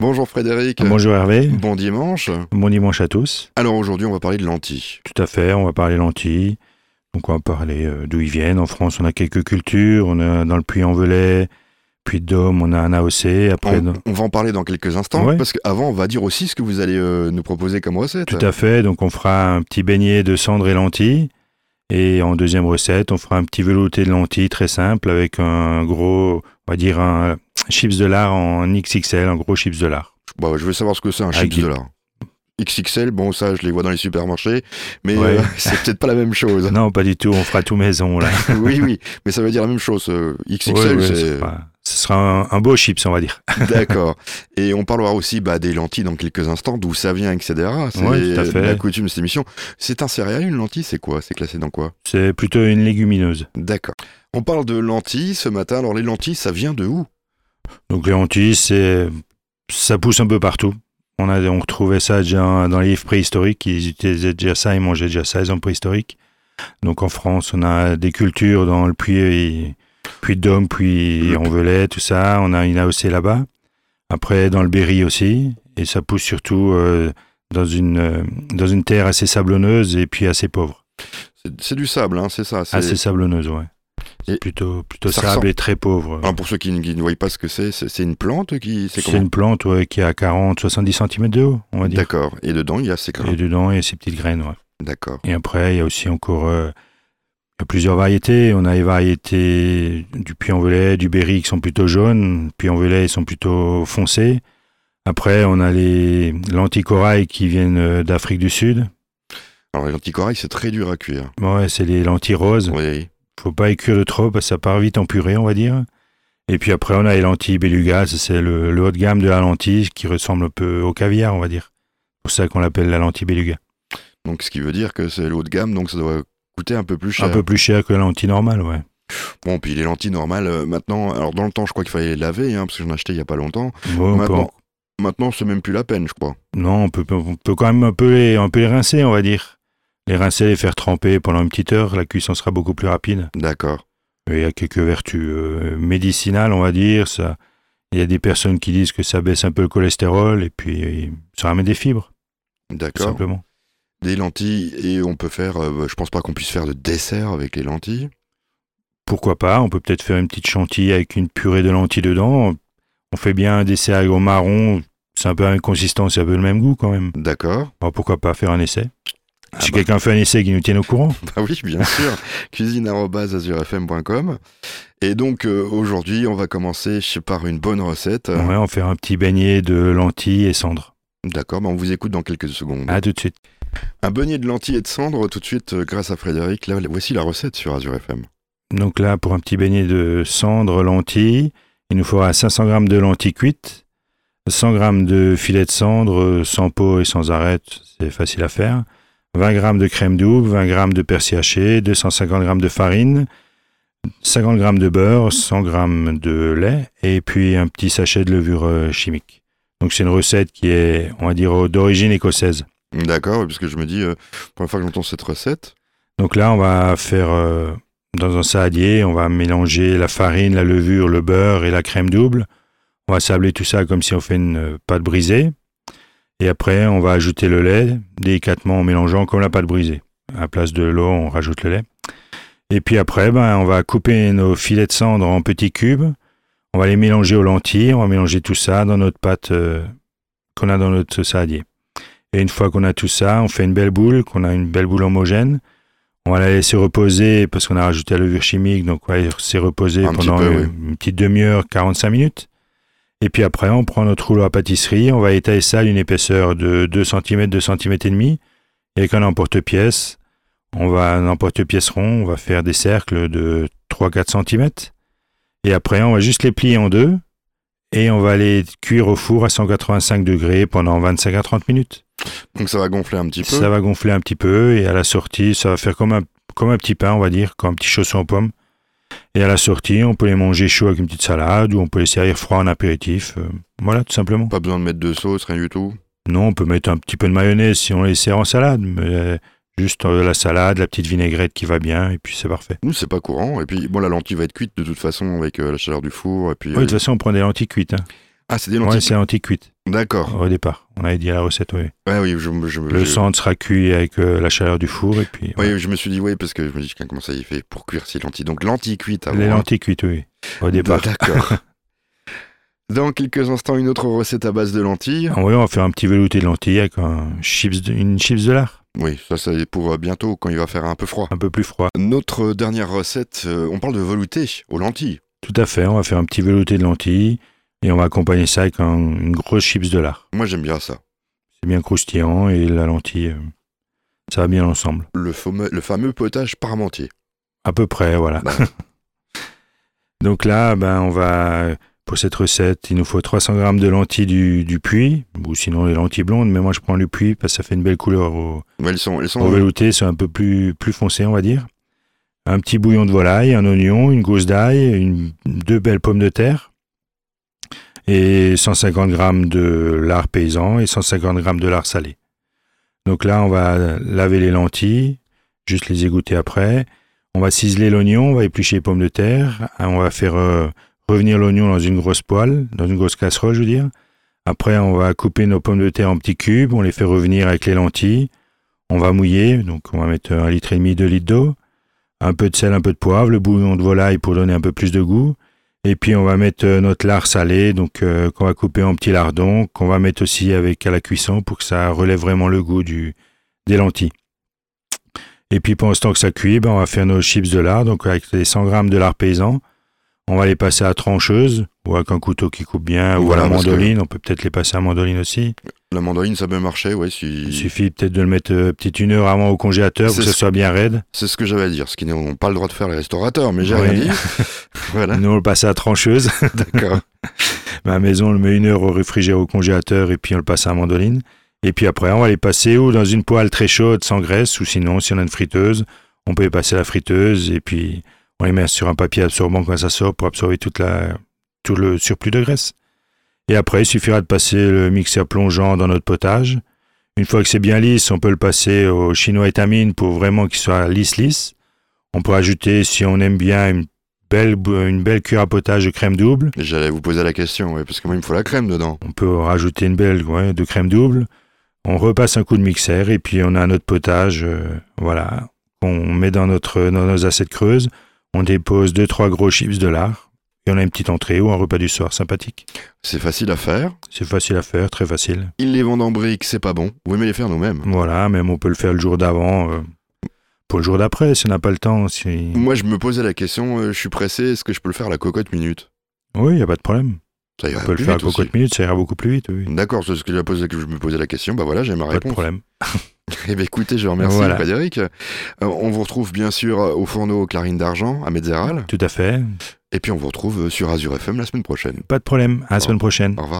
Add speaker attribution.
Speaker 1: Bonjour Frédéric.
Speaker 2: Ah, Bonjour Hervé,
Speaker 1: Bon dimanche.
Speaker 2: bon dimanche à tous.
Speaker 1: Alors aujourd'hui, on va parler de lentilles.
Speaker 2: Tout à fait, on va parler lentilles, donc on va parler euh, d'où ils viennent. En France, on a quelques cultures, on a dans le Puy-en-Velay, Puy-de-Dôme, on a un AOC, après...
Speaker 1: On,
Speaker 2: dans-
Speaker 1: on va en parler dans quelques instants,
Speaker 2: Ouais.
Speaker 1: parce qu'avant, on va dire aussi ce que vous allez euh, nous proposer comme recette.
Speaker 2: Tout à fait, donc on fera un petit beignet de cendre et lentilles. Et en deuxième recette, on fera un petit velouté de lentilles très simple avec un gros, on va dire un chips de lard en XXL, un gros chips de lard.
Speaker 1: Bah, je veux savoir ce que c'est un
Speaker 2: Ah,
Speaker 1: chips
Speaker 2: qui-
Speaker 1: de lard. XXL, bon ça, je les vois dans les supermarchés, mais
Speaker 2: Ouais.
Speaker 1: euh, c'est peut-être pas la même chose.
Speaker 2: Non, pas du tout, on fera tout maison là.
Speaker 1: oui, oui, mais ça veut dire la même chose. euh, XXL,
Speaker 2: Ouais, ouais, ce
Speaker 1: c'est...
Speaker 2: sera, ce sera un- un beau chips, on va dire.
Speaker 1: D'accord. Et on parlera aussi bah, des lentilles dans quelques instants, d'où ça vient, etc. C'est
Speaker 2: Ouais, tout à fait.
Speaker 1: la coutume de cette émission. C'est un céréal, une lentille, c'est quoi C'est classé dans quoi
Speaker 2: C'est plutôt une légumineuse.
Speaker 1: D'accord. On parle de lentilles ce matin. Alors les lentilles, ça vient de où
Speaker 2: Donc les lentilles, c'est ça pousse un peu partout. On a on retrouvait ça déjà dans les livres préhistoriques, ils utilisaient déjà ça, ils mangeaient déjà ça, les hommes préhistoriques. Donc en France, on a des cultures dans le puy et- puy de Dôme, puy en Velay, tout ça. On a une AOC là-bas. Après, dans le Berry aussi, et ça pousse surtout euh, dans une euh, dans une terre assez sablonneuse et puis assez pauvre,
Speaker 1: C'est- C'est du sable, hein, c'est ça. c'est-
Speaker 2: assez sablonneuse, ouais.
Speaker 1: Et
Speaker 2: C'est plutôt plutôt
Speaker 1: ça
Speaker 2: sable
Speaker 1: ressemble-
Speaker 2: et très pauvre.
Speaker 1: Alors, pour ceux qui, ne- qui ne voient pas ce que c'est, c'est c'est une plante qui. C'est
Speaker 2: C'est
Speaker 1: comment
Speaker 2: une plante ouais, qui a 40-70 cm de haut, on va dire.
Speaker 1: D'accord. Et dedans, il y a ces grains.
Speaker 2: Et dedans, il y a ces petites graines. ouais.
Speaker 1: D'accord.
Speaker 2: Et après, il y a aussi encore euh, il y a plusieurs variétés. On a les variétés du Puy-en-Velay, du Berry qui sont plutôt jaunes. Puy-en-Velay, ils sont plutôt foncés. Après, on a les lentilles-corail qui viennent euh, d'Afrique du Sud.
Speaker 1: Alors, les lentilles corail, c'est très dur à cuire.
Speaker 2: Ouais, c'est les lentilles roses.
Speaker 1: Oui.
Speaker 2: Faut pas les cuire de trop parce que ça part vite en purée, on va dire. Et puis après, on a les lentilles beluga. Ça, C'est le, le haut de gamme de la lentille qui ressemble un peu au caviar, on va dire. C'est pour ça qu'on l'appelle la lentille beluga.
Speaker 1: Donc, ce qui veut dire que c'est le haut de gamme, donc ça doit coûter un peu plus cher.
Speaker 2: Un peu plus cher que la lentille normale, ouais.
Speaker 1: Bon, puis les lentilles normales, euh, maintenant. Alors, dans le temps, je crois qu'il fallait les laver, hein, parce que j'en achetais il n'y a pas longtemps.
Speaker 2: Ouais, on peut en-
Speaker 1: maintenant, maintenant c'est même plus la peine, je crois.
Speaker 2: Non, on peut, on peut quand même un peu, les, un peu les rincer, on va dire. Les rincer, les faire tremper pendant une petite heure, la cuisson sera beaucoup plus rapide.
Speaker 1: D'accord.
Speaker 2: Et il y a quelques vertus euh, médicinales, on va dire. Ça, il y a des personnes qui disent que ça baisse un peu le cholestérol et puis euh, ça ramène des fibres, tout
Speaker 1: D'accord.
Speaker 2: simplement.
Speaker 1: Des lentilles, et on peut faire. euh, je pense pas qu'on puisse faire de dessert avec les lentilles.
Speaker 2: Pourquoi pas On peut peut-être faire une petite chantilly avec une purée de lentilles dedans. On fait bien un dessert au marron. C'est un peu la même consistance, c'est un peu le même goût quand même.
Speaker 1: D'accord.
Speaker 2: Alors pourquoi pas faire un essai
Speaker 1: Ah
Speaker 2: Si
Speaker 1: bah.
Speaker 2: quelqu'un fait un essai, qu'il nous tienne au courant.
Speaker 1: Bah oui, bien sûr. Cuisine@azurfm.com. Et donc euh, aujourd'hui, on va commencer ch- par une bonne recette. Euh,
Speaker 2: Ouais, on fait un petit beignet de lentilles et cendres.
Speaker 1: D'accord, bah on vous écoute dans quelques secondes.
Speaker 2: À tout de suite.
Speaker 1: Un beignet de lentilles et de cendres tout de suite euh, grâce à Frédéric. Là, voici la recette sur Azure FM.
Speaker 2: Donc là, pour un petit beignet de cendre lentilles, il nous faudra 500 g de lentilles cuites, 100 g de filets de cendre euh, sans peau et sans arête, c'est facile à faire, 20 g de crème double, 20 g de persil haché, 250 g de farine, 50 g de beurre, 100 g de lait et puis un petit sachet de levure euh, chimique. Donc c'est une recette qui est, on va dire, euh, d'origine écossaise.
Speaker 1: D'accord, parce que je me dis, euh, première fois que j'entends cette recette.
Speaker 2: Donc là, on va faire euh, dans un saladier, on va mélanger la farine, la levure, le beurre et la crème double. On va sabler tout ça comme si on fait une euh, pâte brisée. Et après, on va ajouter le lait délicatement en mélangeant comme la pâte brisée. À la place de l'eau, on rajoute le lait. Et puis après, ben, on va couper nos filets de cendre en petits cubes. On va les mélanger aux lentilles. On va mélanger tout ça dans notre pâte euh, qu'on a dans notre saladier. Et une fois qu'on a tout ça, on fait une belle boule, qu'on a une belle boule homogène. On va la laisser reposer parce qu'on a rajouté la levure chimique, donc on va la laisser reposer
Speaker 1: Un petit
Speaker 2: pendant
Speaker 1: peu,
Speaker 2: une, une petite demi-heure, 45 minutes. Et puis après, on prend notre rouleau à pâtisserie, on va étaler ça d'une épaisseur de 2 cm, 2 cm et demi, et avec un emporte-pièce. On va un emporte-pièce rond, on va faire des cercles de 3-4 cm. Et après, on va juste les plier en deux et on va les cuire au four à 185 degrés pendant 25 à 30 minutes.
Speaker 1: Donc ça va gonfler un petit peu.
Speaker 2: Ça va gonfler un petit peu et à la sortie, ça va faire comme un, comme un petit pain, on va dire, comme un petit chausson aux pommes. Et à la sortie, on peut les manger chaud avec une petite salade ou on peut les servir froid en apéritif. euh, voilà, tout simplement.
Speaker 1: Pas besoin de mettre de sauce, rien du tout.
Speaker 2: Non, on peut mettre un petit peu de mayonnaise si on les sert en salade, mais euh, juste euh, la salade, la petite vinaigrette qui va bien et puis c'est parfait.
Speaker 1: Nous, c'est pas courant. Et puis, bon, la lentille va être cuite de toute façon avec euh, la chaleur du four. Et puis,
Speaker 2: Oui, de
Speaker 1: euh,
Speaker 2: toute façon, on prend des lentilles cuites. hein.
Speaker 1: Ah, c'est des
Speaker 2: Ouais,
Speaker 1: lentilles.
Speaker 2: c'est anti-cuite
Speaker 1: D'accord.
Speaker 2: au départ. On avait dit à la recette, oui.
Speaker 1: Ouais, oui, je, je-
Speaker 2: Le
Speaker 1: je-
Speaker 2: centre sera cuit avec euh, la chaleur du four et puis
Speaker 1: Oui,
Speaker 2: voilà.
Speaker 1: je me suis dit, oui, parce que je me dis, tiens, comment ça y fait pour cuire ces lentilles Donc, lentilles cuites avant.
Speaker 2: les
Speaker 1: hein.
Speaker 2: lentilles cuites, oui, au départ.
Speaker 1: D'accord. Dans quelques instants, une autre recette à base de lentilles.
Speaker 2: Ah oui, on va faire un petit velouté de lentilles avec un chips de- une chips de lard,
Speaker 1: Oui, ça, c'est pour euh, bientôt, quand il va faire un peu froid.
Speaker 2: un peu plus froid.
Speaker 1: Notre dernière recette, euh, on parle de velouté aux lentilles.
Speaker 2: Tout à fait, on va faire un petit velouté de lentilles et on va accompagner ça avec un- une grosse chips de lard.
Speaker 1: Moi, j'aime bien ça.
Speaker 2: C'est bien croustillant et la lentille, euh, ça va bien ensemble.
Speaker 1: Le fameux, le fameux potage parmentier.
Speaker 2: À peu près, voilà.
Speaker 1: Bah.
Speaker 2: Donc là, ben, on va pour cette recette, il nous faut 300 grammes de lentilles du, du puits, ou sinon les lentilles blondes, mais moi je prends le puits parce que ça fait une belle couleur au,
Speaker 1: Mais elles sont, elles sont
Speaker 2: Pour velouter, c'est un peu plus, plus foncé, on va dire. Un petit bouillon de volaille, un oignon, une gousse d'ail, une- deux belles pommes de terre. Et 150 grammes de lard paysan et 150 grammes de lard salé. Donc là, on va laver les lentilles, juste les égoutter après. On va ciseler l'oignon, on va éplucher les pommes de terre. On va faire euh, revenir l'oignon dans une grosse poêle, dans une grosse casserole, je veux dire. Après, on va couper nos pommes de terre en petits cubes, on les fait revenir avec les lentilles. On va mouiller, donc on va mettre un litre et demi, deux litres d'eau, un peu de sel, un peu de poivre, le bouillon de volaille pour donner un peu plus de goût. Et puis on va mettre euh, notre lard salé, donc euh, qu'on va couper en petits lardons, qu'on va mettre aussi avec à la cuisson pour que ça relève vraiment le goût du, des lentilles. Et puis pendant ce temps que ça cuit, ben, on va faire nos chips de lard, donc avec les 100 grammes de lard paysan. On va les passer à trancheuse ou avec un couteau qui coupe bien, ou
Speaker 1: Voilà,
Speaker 2: à la
Speaker 1: parce que-
Speaker 2: mandoline. On peut peut-être les passer à mandoline aussi.
Speaker 1: La mandarine, ça peut marcher, ouais. Si...
Speaker 2: Il suffit peut-être de le mettre euh, petite une heure avant au congélateur pour
Speaker 1: C'est
Speaker 2: que ça
Speaker 1: ce-
Speaker 2: soit bien raide.
Speaker 1: C'est ce que j'avais à dire, ce qu'ils n'ont pas le droit de faire les restaurateurs, mais j'ai
Speaker 2: Oui.
Speaker 1: rien dit. voilà,
Speaker 2: Nous, on le passe à la trancheuse.
Speaker 1: d'accord.
Speaker 2: Mais à la maison, on le met une heure au réfrigérateur, au congélateur, et puis on le passe à la mandoline. Et puis après, on va les passer ou dans une poêle très chaude, sans graisse, ou sinon, si on a une friteuse, on peut les passer à la friteuse, et puis on les met sur un papier absorbant quand ça sort pour absorber toute la, tout le surplus de graisse. Et après, il suffira de passer le mixeur plongeant dans notre potage. Une fois que c'est bien lisse, on peut le passer au chinois étamine pour vraiment qu'il soit lisse-lisse. On peut ajouter, si on aime bien, une belle, bou- une belle cuillère à potage de crème double.
Speaker 1: J'allais vous poser la question, ouais, parce que moi, il me faut la crème dedans.
Speaker 2: On peut rajouter une belle ouais, de crème double. On repasse un coup de mixeur et puis on a notre potage, euh, voilà, qu'on met dans, notre, dans nos assiettes creuses. On dépose deux trois gros chips de lard et on a une petite entrée ou un repas du soir sympathique.
Speaker 1: C'est facile à faire.
Speaker 2: C'est facile à faire, très facile.
Speaker 1: Ils les vendent en briques, c'est pas bon. Vous aimez les faire nous-mêmes.
Speaker 2: Voilà, même on peut le faire le jour d'avant, euh, pour le jour d'après si on n'a pas le temps. Si...
Speaker 1: Moi, je me posais la question, euh, je suis pressé, est-ce que je peux le faire à la cocotte minute
Speaker 2: Oui, il n'y a pas de problème.
Speaker 1: Ça ira
Speaker 2: On peut
Speaker 1: Bah, plus
Speaker 2: le faire à
Speaker 1: vite aussi.
Speaker 2: cocotte minute, ça ira beaucoup plus vite. Oui.
Speaker 1: D'accord, c'est ce que j'ai posé, que je me posais la question. Bah voilà, j'ai ma
Speaker 2: Pas de
Speaker 1: réponse.
Speaker 2: problème.
Speaker 1: Eh bien, écoutez, je vous remercie,
Speaker 2: Voilà.
Speaker 1: Frédéric. Euh, on vous retrouve bien sûr euh, au fourneau aux clarines d'argent à Metzeral.
Speaker 2: Tout à fait.
Speaker 1: Et puis, on vous retrouve euh, sur Azure FM la semaine prochaine.
Speaker 2: Pas de problème. À la
Speaker 1: Bon.
Speaker 2: semaine prochaine.
Speaker 1: Au revoir.